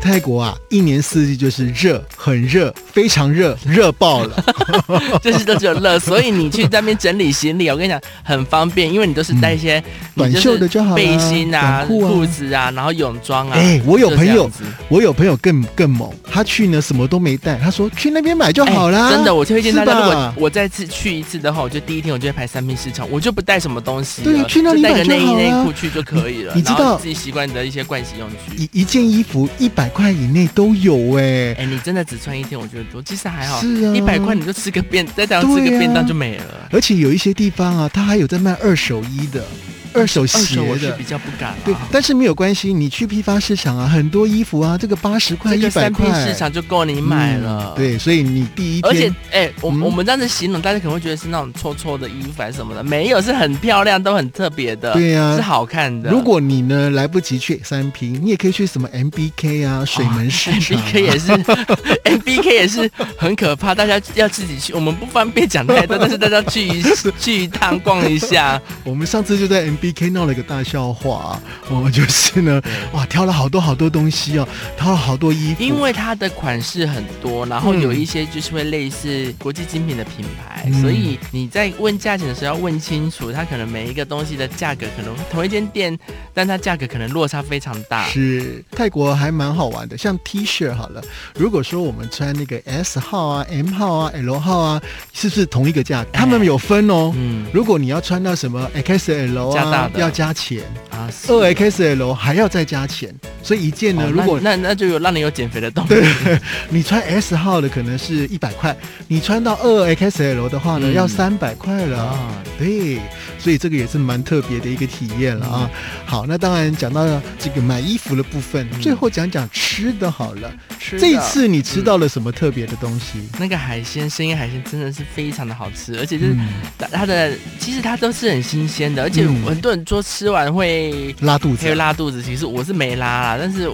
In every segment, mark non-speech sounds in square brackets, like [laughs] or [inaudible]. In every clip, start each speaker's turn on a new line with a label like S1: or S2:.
S1: 泰国啊，一年四季就是热，很热，非常热，热爆
S2: [laughs]
S1: 了。 [laughs]
S2: 就是都只有热，所以你去那边整理行李，我跟你讲很方便，因为你都是带一些、
S1: 短
S2: 你
S1: 袖的就好啦
S2: 背心
S1: 短
S2: 啊、
S1: 裤啊
S2: 裤子啊，然后泳装啊。
S1: 哎我有
S2: 就这
S1: 朋友
S2: 样子
S1: 我有朋友更更猛，他去呢什么都没带，他说去那边买就好啦。
S2: 哎真的，我推荐大家，
S1: 是
S2: 如
S1: 吧
S2: 果我再次去一次的话，我就第一天我就会排三品市场，我就不带什么东西了，
S1: 对去那里
S2: 就带
S1: 买
S2: 个
S1: 就
S2: 内衣
S1: 好
S2: 内
S1: 啦
S2: 裤去就可以了。
S1: 你你知
S2: 然后
S1: 道
S2: 自己习惯的一些盥洗用具。
S1: 一一件衣服一百块以内都有哎、
S2: 哎，你真的只穿一天，我觉得多，其实还好，
S1: 是啊，
S2: 一百块你就吃个便，在台湾吃个
S1: 对啊
S2: 便当就没了。
S1: 而且有一些地方啊，它还有在卖二手衣的、二手
S2: 二
S1: 鞋
S2: 手啊我是
S1: 的
S2: 比。较不敢了。
S1: 对，但是没有关系，你去批发市场啊，很多衣服啊，这个八十块、
S2: 这
S1: 一
S2: 个
S1: 百
S2: 三
S1: 块
S2: 品，市场就够你买了。
S1: 嗯。对，所以你第一天，
S2: 而且，哎、我、
S1: 嗯
S2: 我们这样子形容，大家可能会觉得是那种臭臭的衣服还是什么的，没有，是很漂亮，都很特别的，
S1: 对呀、
S2: 是好看的。
S1: 如果你呢来不及去三平，你也可以去什么 MBK
S2: 哦
S1: 啊、水门市
S2: [laughs]
S1: 场、啊。
S2: MBK 也是，MBK 也是很可怕，大家要自己去，我们不方便讲太多，但是大家
S1: [laughs]
S2: 去一去一趟逛一下，
S1: 我们上次就在 MBK 闹了一个大笑话、啊，我们就是呢，哇，挑了好多好多东西哦，挑了好多衣服，
S2: 因为它的款式很多，然后
S1: 嗯
S2: 有一些就是会类似国际精品的品牌，
S1: 嗯
S2: 所以你在问价钱的时候要问清楚，它可能每一个东西的价格可能同一间店，但它价格可能落差非常大。
S1: 是泰国还蛮好玩的，像 T 恤好了，如果说我们穿那个 S 号啊、M 号啊、L 号啊，是不是同一个价？他们有分哦。
S2: 哎嗯
S1: 如果你要穿到什么 XL
S2: 加大
S1: 啊，
S2: 的
S1: 要加钱；
S2: 啊，
S1: 二 XL 还要再加钱。所以一件呢，
S2: 哦
S1: 如果
S2: 那那那就有让你有减肥的动力。
S1: 你穿 S 号的可能是一百块，你穿到二 XL 的话呢，
S2: 嗯
S1: 要三百块了。
S2: 啊，
S1: 对，所以这个也是蛮特别的一个体验了啊。好，那当然讲到了这个买衣服的部分，
S2: 嗯
S1: 最后讲讲吃的好了。
S2: 吃的
S1: 这一次你吃到了什么特别的东西？
S2: 那个海鲜，生腌海鲜真的是非常的好吃，而且就是
S1: 嗯，
S2: 它它的其实它都是很新鲜的，而且
S1: 嗯
S2: 很多人说吃完会
S1: 拉肚子
S2: 会
S1: 啊，
S2: 拉肚子，其实我是没拉啦，但是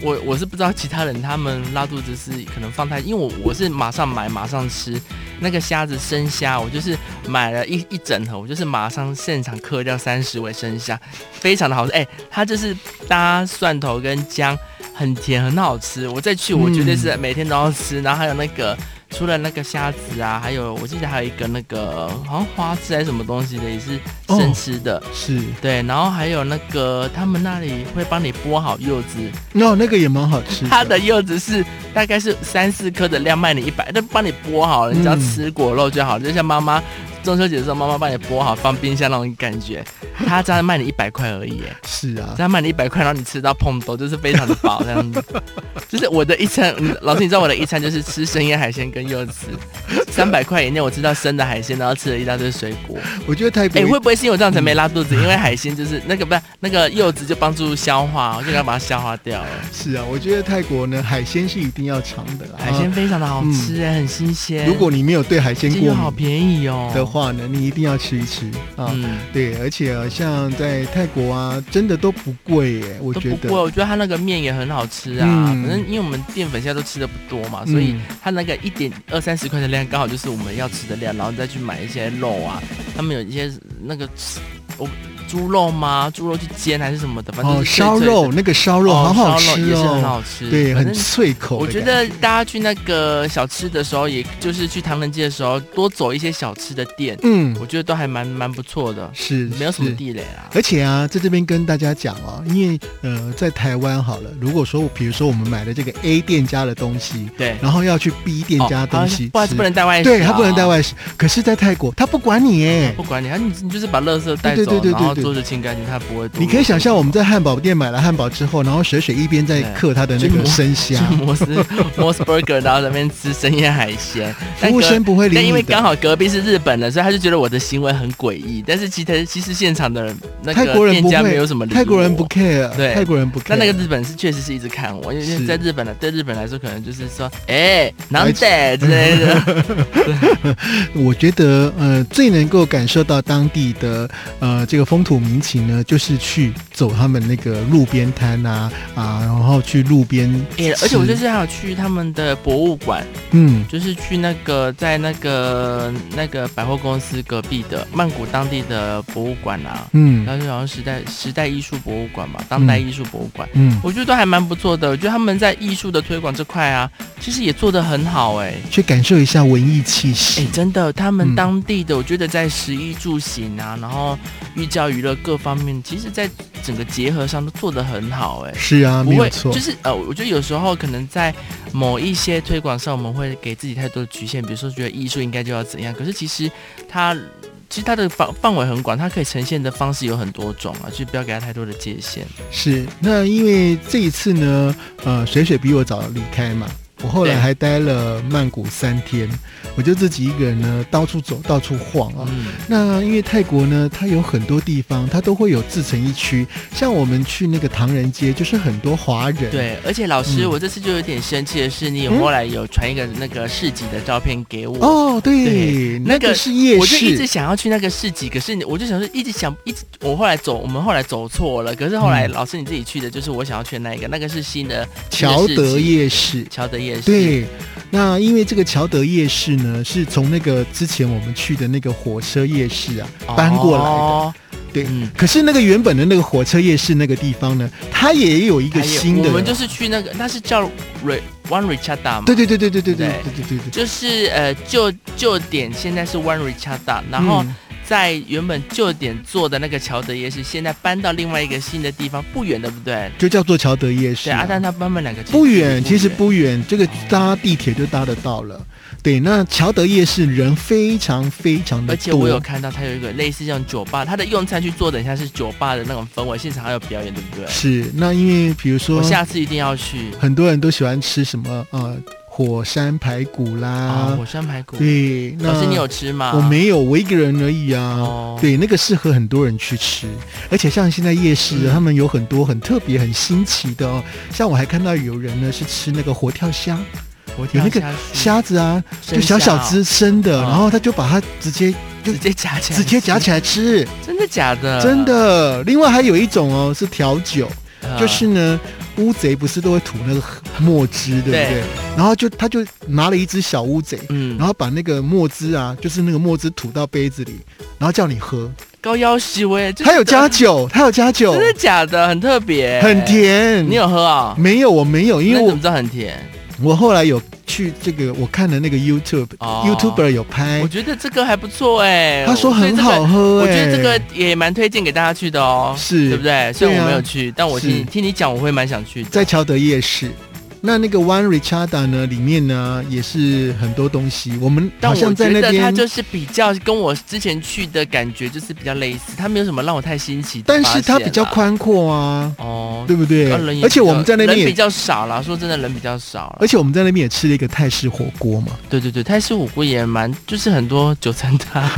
S2: 我我是不知道其他人他们拉肚子是可能放太，因为我我是马上买马上吃那个虾子生虾，我就是买了一一整盒，我就是马上现场嗑掉三十尾生虾，非常的好吃，哎、它就是搭蒜头跟姜，很甜，很好吃。我再去我绝对
S1: 嗯
S2: 是每天都要吃，然后还有那个。除了那个虾子啊，还有我记得还有一个那个好像花枝还是什么东西的，也是生
S1: 哦
S2: 吃的。
S1: 是，
S2: 对，然后还有那个他们那里会帮你剥好柚子，
S1: 那、那个也蛮好吃
S2: 它的柚子是大概是三四颗的量卖你一百，都帮你剥好了，你只要
S1: 嗯
S2: 吃果肉就好，就像妈妈中秋节的时候妈妈帮你剥好放冰箱那种感觉，它这样卖你一百块而已耶，
S1: 是啊
S2: 这，样卖你一百块，然后你吃到碰头就是非常的饱这样子，就是我的一餐，嗯老师你知道我的一餐就是吃生腌海鲜跟柚子，三百块以内我吃到生的海鲜，然后吃了一大堆水果。
S1: 我觉得泰国
S2: 哎、
S1: 一、
S2: 会不会是因为我这样才没拉肚子？因为海鲜就是那个不是那个柚子就帮助消化，我就给它把它消化掉了。
S1: 是啊，我觉得泰国呢海鲜是一定要尝的啦。
S2: 海鲜非常的好吃哎、很新
S1: 嗯
S2: 鲜。
S1: 如果你没有对海鲜
S2: 这又
S1: 过
S2: 好
S1: 敏
S2: 便宜哦
S1: 的，话呢，你一定要吃一吃啊。
S2: 嗯，
S1: 对，而且啊像在泰国啊，真的都不贵耶，我
S2: 都
S1: 觉
S2: 不
S1: 得
S2: 贵。。哦我觉得它那个面也很好吃啊，
S1: 嗯
S2: 反正因为我们淀粉现在都吃的不多嘛，所以
S1: 嗯
S2: 它那个一点二三十块的量刚好就是我们要吃的量，然后再去买一些肉啊，他们有一些那个我猪肉吗？猪肉去煎还是什么的，反正
S1: 哦，
S2: 就是脆
S1: 烧
S2: 脆的
S1: 肉那个烧
S2: 哦
S1: 肉好好
S2: 烧肉
S1: 吃
S2: 也是很
S1: 哦，
S2: 好吃，
S1: 对，
S2: 反
S1: 很
S2: 正
S1: 脆口。
S2: 我觉得大家去那个小吃的时候，也就是去唐人街的时候，多走一些小吃的店，
S1: 嗯
S2: 我觉得都还蛮蛮不错的，
S1: 是
S2: 没有什么
S1: 是
S2: 地雷啦。
S1: 而且啊，在这边跟大家讲哦，因为呃，在台湾好了，如果说比如说我们买了这个 A 店家的东西，
S2: 对，
S1: 然后要去 B 店家的东西吃、
S2: 哦不好意思，不能带外食啊，哦
S1: 对他不能带外食，可是，在泰国他不管你耶。
S2: 不管你，他你你就是把垃圾带
S1: 对
S2: 走
S1: 对对，对对
S2: 然后
S1: 对
S2: 桌子清干净，他不会多。
S1: 你可以想象，我们在汉堡店买了汉堡之后，然后水水一边在
S2: 对
S1: 嗑他的那
S2: 就
S1: 个
S2: 磨
S1: 生虾
S2: 去，摩斯摩斯 burger，然后在那边吃生腌海
S1: [laughs]
S2: 鲜，
S1: 服务
S2: 但隔
S1: 生不会理
S2: 但因为
S1: 你
S2: 刚
S1: 的。
S2: 好隔壁是日本的，所以他就觉得我的行为很诡异。但是其实其实现场的那
S1: 泰国
S2: 个
S1: 人
S2: 店
S1: 不
S2: 家
S1: 会
S2: 没有什么
S1: [laughs]
S2: 理啊
S1: 泰国人不
S2: 我
S1: care，
S2: 对
S1: 泰国人不 care。
S2: 但那个日本是确实是一直看我，因
S1: 是
S2: 为在日本的对日本来说，可能就是说，哎、南北之
S1: [laughs]
S2: 类的，
S1: 我觉得呃，最能够感受到当地的呃这个风土土民情呢，就是去走他们那个路边摊啊啊，然后去路边吃、
S2: 哎、而且我这次还有去他们的博物馆，
S1: 嗯
S2: 就是去那个在那个那个百货公司隔壁的曼谷当地的博物馆啊，
S1: 嗯
S2: 然后就好像时代时代艺术博物馆嘛，当代艺术博物馆，
S1: 嗯，
S2: 我觉得都还蛮不错的。我觉得他们在艺术的推广这块啊，其实也做得很好哎、
S1: 去感受一下文艺气
S2: 哎、
S1: 息。
S2: 真的，他
S1: 嗯
S2: 们当地的，我觉得在食衣住行啊，然后寓教于乐各方面，其实在整个结合上都做得很好、哎、
S1: 是啊，
S2: 不
S1: 没有
S2: 会，
S1: 错
S2: 就。是呃，我觉得有时候可能在某一些推广上，我们会给自己太多的局限，比如说觉得艺术应该就要怎样，可是其实它。其实它的范范围很广，它可以呈现的方式有很多种啊，就不要给它太多的界限。
S1: 是，那因为这一次呢，呃，水水比我早离开嘛，我后来
S2: 对
S1: 还待了曼谷三天，我就自己一个人呢到处走，到处晃啊、
S2: 嗯，
S1: 那因为泰国呢，它有很多地方，它都会有自成一区。像我们去那个唐人街，就是很多华人。，
S2: 对，而且老师，
S1: 嗯
S2: 我这次就有点生气的是，你有
S1: 嗯
S2: 后来有传一个那个市集的照片给我，
S1: 哦，对，
S2: 对
S1: 那
S2: 那
S1: 个
S2: 个
S1: 是夜
S2: 我就一直
S1: 市。
S2: 想要去那个市集，可是你我就想说，一直想一直，我后来走，我们后来走错了。可是后来
S1: 嗯
S2: 老师你自己去的，就是我想要去的那一个，那个是新的
S1: 乔德，
S2: 新的市集
S1: 夜市。
S2: 乔德夜市，，
S1: 对，那因为这个乔德夜市呢，是从那个之前我们去的那个火车夜市啊搬过来的。
S2: 哦、
S1: 对
S2: 嗯，
S1: 可是那个原本的那个火车夜市那个地方呢，它也有一
S2: 还
S1: 个
S2: 有
S1: 新的，
S2: 我们就是去那个，那是叫 Re One Richarda 嘛，
S1: 对对对对对对对
S2: 对
S1: 对对对对，
S2: 就是呃旧旧点，现在是 One Richarda，然后
S1: 嗯
S2: 在原本旧点做的那个乔德夜市，现在搬到另外一个新的地方，不远，对不对？
S1: 就叫做乔德夜市
S2: 对啊，但他慢慢两个
S1: 不远，其实
S2: 远
S1: 不远，这个搭地铁就搭得到了。对，那乔德夜市人非常非常的
S2: 而且我有
S1: 多，
S2: 看到它有一个类似像酒吧，它的用餐去做的很像是酒吧的那种氛围，现场还有表演，对不对？
S1: 是那因为比如说，
S2: 我下次一定要去
S1: 很多人都喜欢吃什么呃火山排骨
S2: 啊！
S1: 啦，
S2: 火山排骨，
S1: 对，那
S2: 老师你有吃吗？
S1: 我没有，我一个人而已啊。
S2: 哦
S1: 对，那个适合很多人去吃，而且像现在夜市，
S2: 嗯
S1: 他们有很多很特别、很新奇的哦。像我还看到有人呢是吃那个活跳虾，
S2: 我
S1: 有
S2: 跳
S1: 那个
S2: 下去，
S1: 虾子啊，就
S2: 嗯
S1: 小
S2: 生
S1: 小只生的，
S2: 哦
S1: 然后他就把它直接就
S2: 直接夹起来，嗯
S1: 直接夹，起来吃，
S2: 真的假的？
S1: 真，的。另外还有一种哦是调酒，
S2: 啊嗯
S1: 就是呢乌贼不是都会吐那个墨汁，对不对？
S2: 对
S1: 然后就他就拿了一只小乌贼。
S2: 嗯，
S1: 然后把那个墨汁啊，就是那个墨汁吐到杯子里，然后叫你喝。
S2: 高腰细微，这
S1: 它有加酒，它有加酒
S2: 真，的假的？很特别，
S1: 很。甜。
S2: 你有喝啊？
S1: 没有？我没有，因
S2: 那
S1: 为
S2: 你怎么
S1: 我
S2: 知道很甜？
S1: 我后来有去这个，我看了那个 YouTube、
S2: 哦
S1: YouTuber 有
S2: 我
S1: 拍，
S2: 觉得这个还不错哎，
S1: 哎他说
S2: 所以
S1: 很
S2: 这个
S1: 好喝、哎，
S2: 我觉得这个也蛮推荐给大家去的哦，
S1: 是
S2: 对不对？虽
S1: 对
S2: 然
S1: 啊
S2: 我没有去，但我听
S1: 是
S2: 你听你讲，我会蛮想去的。
S1: 在乔德夜市。那那个 One Richarda 呢，里面呢也是很多东西，我们
S2: 但
S1: 好
S2: 我
S1: 像在
S2: 觉
S1: 那
S2: 得它
S1: 边。
S2: 就是比较跟我之前去的感觉就是比较类似，它没有什么让我太新奇的
S1: 但
S2: 发
S1: 是
S2: 现啦。
S1: 它比较宽阔啊，
S2: 哦，
S1: 对不对
S2: 啊人也比？较
S1: 而且我们在那边
S2: 人比
S1: 也，
S2: 较少啦，说真的人比较少啦
S1: 而且我们在那边也吃了一个泰式火锅嘛，
S2: 对对对，泰式火锅也蛮就是很多九层塔，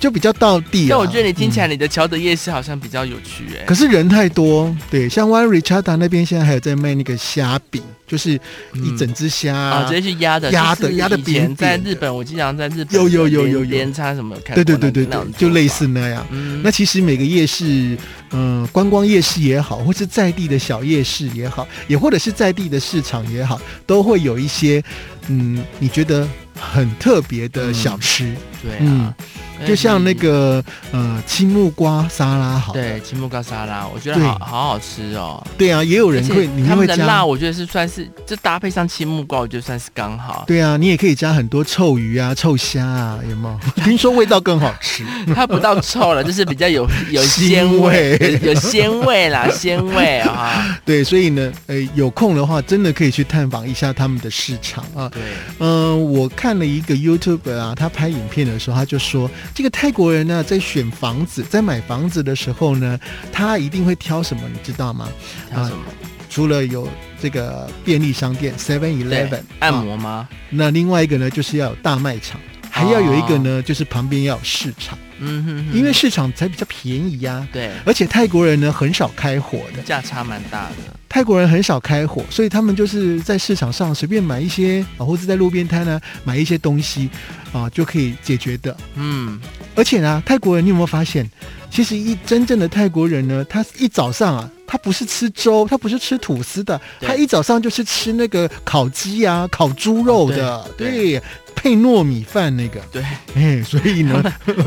S1: 就比较到地、啊。
S2: [laughs] 但我觉得你听起
S1: 哎嗯
S2: 来你的乔德夜市好像比较有趣哎、
S1: 可是人太多，对，像 One Richarda 那边现在还有在卖那个虾饼，就是一整只虾、
S2: 嗯啊，直接去压的
S1: 压的
S2: 就是
S1: 压得
S2: 以
S1: 扁
S2: 前在
S1: 扁的
S2: 日本，我经常在日本
S1: 有有有
S2: 连
S1: 有有
S2: 连餐什么有看过
S1: 对对对
S2: 那
S1: 对
S2: 那
S1: 对
S2: 种，
S1: 就类
S2: 做法
S1: 似那样。
S2: 嗯
S1: 那其实每个夜市，嗯、观光夜市也好，或是在地的小夜市也好，也或者是在地的市场也好，都会有一些，嗯，你觉得很特别的小吃，
S2: 对
S1: 嗯
S2: 啊，所
S1: 就
S2: 以
S1: 像那个呃青木瓜沙拉好，
S2: 对青木瓜沙拉，我觉得
S1: 对
S2: 好好好吃哦。
S1: 对啊，也有人会
S2: 而且
S1: 里面
S2: 他
S1: 会
S2: 们的辣，
S1: 加，
S2: 我觉得是算是这搭配上青木瓜，我觉得算是刚好。
S1: 对啊，你也可以加很多臭鱼啊、臭虾啊，有没有？ [laughs] 听说味道更好吃。
S2: 它不到臭了，就是比较有有
S1: 腥
S2: 鲜
S1: 味
S2: 有有鲜味啦，鲜味啊。
S1: 对，所以呢，呃，有空的话，真的可以去探访一下他们的市场 [laughs] 啊。
S2: 对，
S1: 嗯、我看了一个 YouTube 啊，他拍影片的时候，他就说，这个泰国人呢，在选房子、在买房子的时候呢，他一定会挑什么，你知道吗？
S2: 还有什么？
S1: 除了有这个便利商店 Seven
S2: 对
S1: Eleven 啊
S2: 按、摩吗？
S1: 那另外一个呢，就是要有大卖场。还要有一个呢，就是旁边要有市场，
S2: 哦嗯哼哼，
S1: 因为市场才比较便宜呀、
S2: 对
S1: 而且泰国人呢很少开火的，
S2: 价差蛮大的。
S1: 泰国人很少开火，所以他们就是在市场上随便买一些啊，或者在路边摊呢买一些东西啊，就可以解决的。
S2: 嗯，
S1: 而且呢，泰国人你有没有发现，其实一真正的泰国人呢，他一早上啊，他不是吃粥，他不是吃吐司的，
S2: 对
S1: 他一早上就是吃那个烤鸡啊、烤猪肉的，
S2: 哦对
S1: 对，配糯米饭那个，
S2: 对，
S1: 哎，所以
S2: [laughs]
S1: 呢，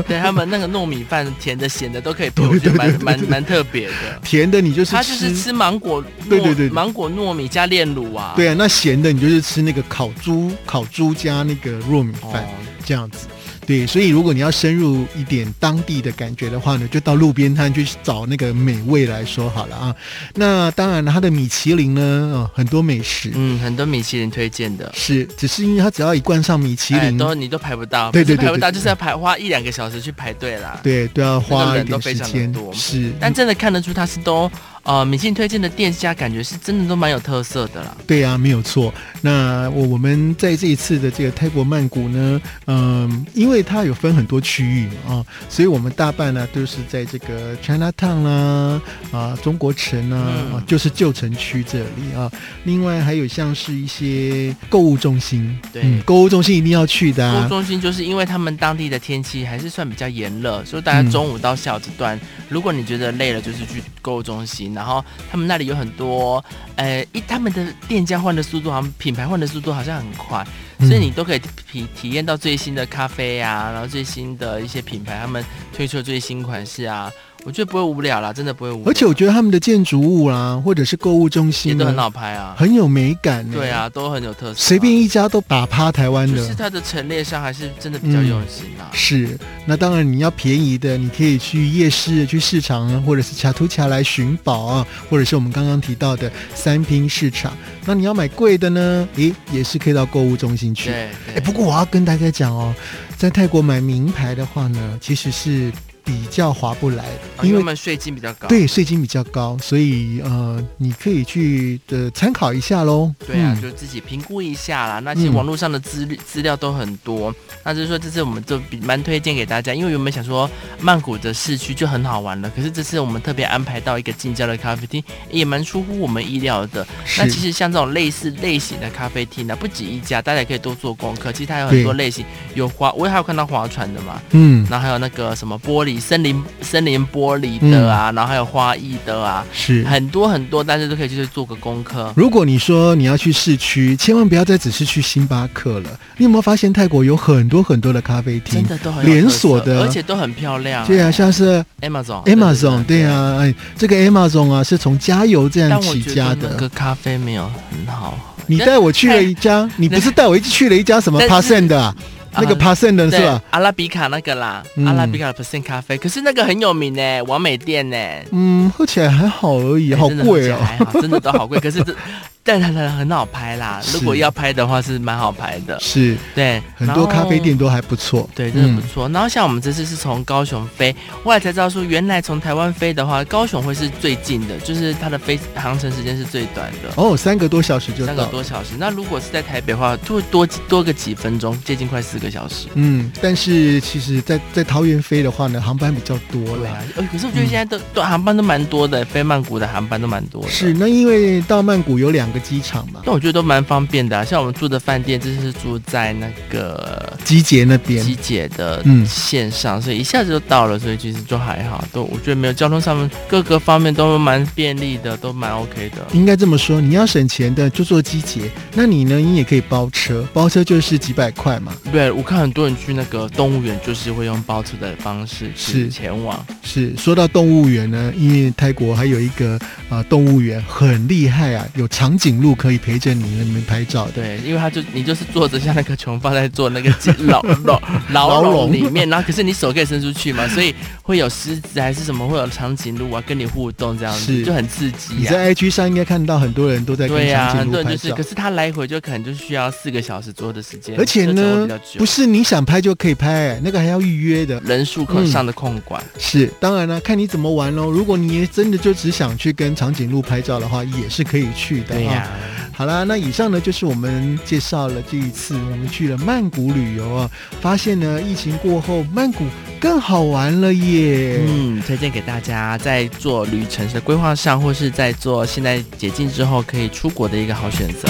S2: 对他们那个糯米饭，甜的、咸的都可以配，我觉得蛮蛮蛮特别的。
S1: 甜的你就是
S2: 他就是吃芒果糯，
S1: 对对对
S2: 芒果糯米加炼乳啊。
S1: 对啊，那咸的你就是吃那个烤猪、烤猪加那个糯米
S2: 哦，
S1: 饭、这样子。对，所以如果你要深入一点当地的感觉的话呢，就到路边摊去找那个美味来说好了啊。那当然了，它的米其林呢，呃很多美食、
S2: 嗯，很多米其林推荐的。
S1: 是，只是因为它只要一冠上米其
S2: 哎
S1: 林，
S2: 都你都排不到，
S1: 对对
S2: 不
S1: 对
S2: 是排不
S1: 对
S2: 到
S1: 对
S2: 就是要排花一两个小时去排队啦。
S1: 对，都要花一点时
S2: 那个人
S1: 间
S2: 都非常的。多
S1: 是，
S2: 但真的看得出它是都呃米其林推荐的店家，感觉是真的都蛮有特色的啦。
S1: 对啊，没有错。那我我们在这一次的这个泰国曼谷呢，嗯，因为它有分很多区域嘛，啊，所以我们大半呢都是在这个 China Town 啦，啊，中国城啊，
S2: 嗯
S1: 啊就是旧城区这里啊。另外还有像是一些购物中心，嗯
S2: 对
S1: 购物中心一定要去的、
S2: 购物
S1: 啊。
S2: 中心就是因为他们当地的天气还是算比较炎热，所以大
S1: 嗯
S2: 家中午到下午这段，如果你觉得累了，就是去购物中心。然后他们那里有很多，呃，一他们的店家换的速度好像品牌换的速度好像很快，
S1: 嗯
S2: 所以你都可以体体验到最新的咖啡啊，然后最新的一些品牌，他们推出的最新款式啊，我觉得不会无聊啦，真的不会无聊。
S1: 而且我觉得他们的建筑物啦，或者是购物中
S2: 也
S1: 心
S2: 都很
S1: 呢，
S2: 好拍啊，
S1: 很有美感、呢。
S2: 对，啊，都很有特色啊、
S1: 随便一家都打趴台湾的。嗯
S2: 就是它的陈列上还是真的比较用心啊。
S1: 是，那当然你要便宜的，你可以去夜市、去市场啊，或者是卡图卡来寻宝啊，或者是我们刚刚提到的三拼市场。那你要买贵的呢，诶，也是可以到购物中心去。
S2: 对
S1: 诶，
S2: 对，
S1: 哎不过我要跟大家讲哦，在泰国买名牌的话呢，其实是比较划不来
S2: 啊
S1: 的，因
S2: 因为
S1: 为
S2: 他们税金比较高。
S1: 对税金比较高，所以呃，你可以去呃参考一下喽。
S2: 对啊，
S1: 嗯
S2: 就自己评估一下啦。那些
S1: 嗯
S2: 网络上的资资料都很多，那就是说这次我们就比蛮推荐给大家，因为原本想说曼谷的市区就很好玩了，可是这次我们特别安排到一个近郊的咖啡厅，也蛮出乎我们意料的。那
S1: 是
S2: 其实像这种类似类型的咖啡厅呢，不止一家，大家也可以多做功课。其实它有很多类型，有划，我也还有看到划船的嘛，
S1: 嗯，
S2: 然后还有那个什么玻璃森林森林玻璃的
S1: 嗯
S2: 啊，然后还有花艺的啊，
S1: 是。
S2: 很多很多，大家都可以去做个功课。
S1: 如果你说你要去市区，千万不要再只是去星巴克了。你有没有发现泰国有很多很多的咖啡
S2: 真
S1: 厅？
S2: 的都很有
S1: 连
S2: 特色
S1: 锁的
S2: 而且都很漂亮。
S1: 对啊，像是
S2: Amazon
S1: Amazon，对
S2: 啊。
S1: 啊，哎，这个 Amazon 啊是从加油这
S2: 但
S1: 样
S2: 我
S1: 起
S2: 觉得
S1: 家
S2: 那
S1: 的。
S2: 个咖啡没有很好，
S1: 你带我去了一家，你不是带我一起去了一家什么
S2: 但是
S1: Percent 的啊、那个
S2: 啊
S1: Percent 的
S2: 对
S1: [laughs] 是吧？
S2: 阿拉比卡那个啦，
S1: 嗯
S2: 阿拉比卡的 percent 咖啡，可是那个很有名呢，完美店呢，
S1: 嗯，喝起来还好而已，好
S2: 哎真的
S1: 贵哦
S2: 而且。还好，真的都好贵。可是这，但它很很好拍啦，
S1: 是
S2: 如果要拍的话是蛮好拍的，
S1: 是，
S2: 对，
S1: 很多
S2: 然后
S1: 咖啡店。嗯都还不错。
S2: 对，真的不错。然后像我们这次是从高雄飞，后来才知道说，原来从台湾飞的话，高雄会是最近的，就是它的飞航程时间是最短的。
S1: 哦，三个多小时就
S2: 三个
S1: 到。
S2: 多小时。那如果是在台北的话，就会多几多个几分钟，接近快四个小时。
S1: 嗯，但是其实在，在桃园飞的话呢，航班比较多
S2: 对
S1: 啦。
S2: 啊，哎、可是我觉得现在都、都航班都蛮多的，飞曼谷的航班都蛮多的。
S1: 嗯是，，那因为到曼谷有两个机场嘛，
S2: 但我觉得都蛮方便的、啊。像我们住的饭店，这是住在那个
S1: 集结那边
S2: 机姐的
S1: 嗯
S2: 线上，所以一下子就到了，所以其实就还好。都我觉得没有交通上面各个方面都蛮便利的，都蛮 OK 的。
S1: 应该这么说，你要省钱的就坐机捷，那你呢？你也可以包车，包车就是几百块嘛。
S2: 对，我看很多人去那个动物园，就是会用包车的方式去
S1: 是
S2: 前往。
S1: 是，说到动物园呢，因为泰国还有一个啊、呃动物园很厉害啊，有长颈鹿可以陪着你那边拍照的。
S2: 对，因为他就你就是坐着像那个穷爸在做那个牢牢牢
S1: 牢
S2: 笼
S1: 笼
S2: 里面，然后可是你手可以伸出去嘛，所以会有狮子还是什么，会有长颈鹿啊跟你互动这样子，
S1: 是
S2: 就很刺激
S1: 你
S2: 呀、啊。
S1: 在 IG 上应该看到很多人都在跟
S2: 对呀、
S1: 长
S2: 很
S1: 颈
S2: 多
S1: 鹿
S2: 人
S1: 拍
S2: 就是，
S1: 照
S2: 可，是他来回就可能就需要四个小时左右的时间，
S1: 而且
S2: 车程
S1: 呢
S2: 会比较，久
S1: 不是你想拍就可以拍、那个还要预约的。
S2: 人数可上的控管。
S1: 是，当然了，看你怎么玩喽。如果你也真的就只想去跟长颈鹿拍照的话，也是可以去的、啊
S2: 对呀、
S1: 好啦，那以上呢就是我们介绍了这一次我们去了曼谷旅游啊，发现呢疫情过后曼谷更好玩了耶。
S2: 嗯，推荐给大家在做旅程的规划上，或是在做现在解禁之后可以出国的一个好选择。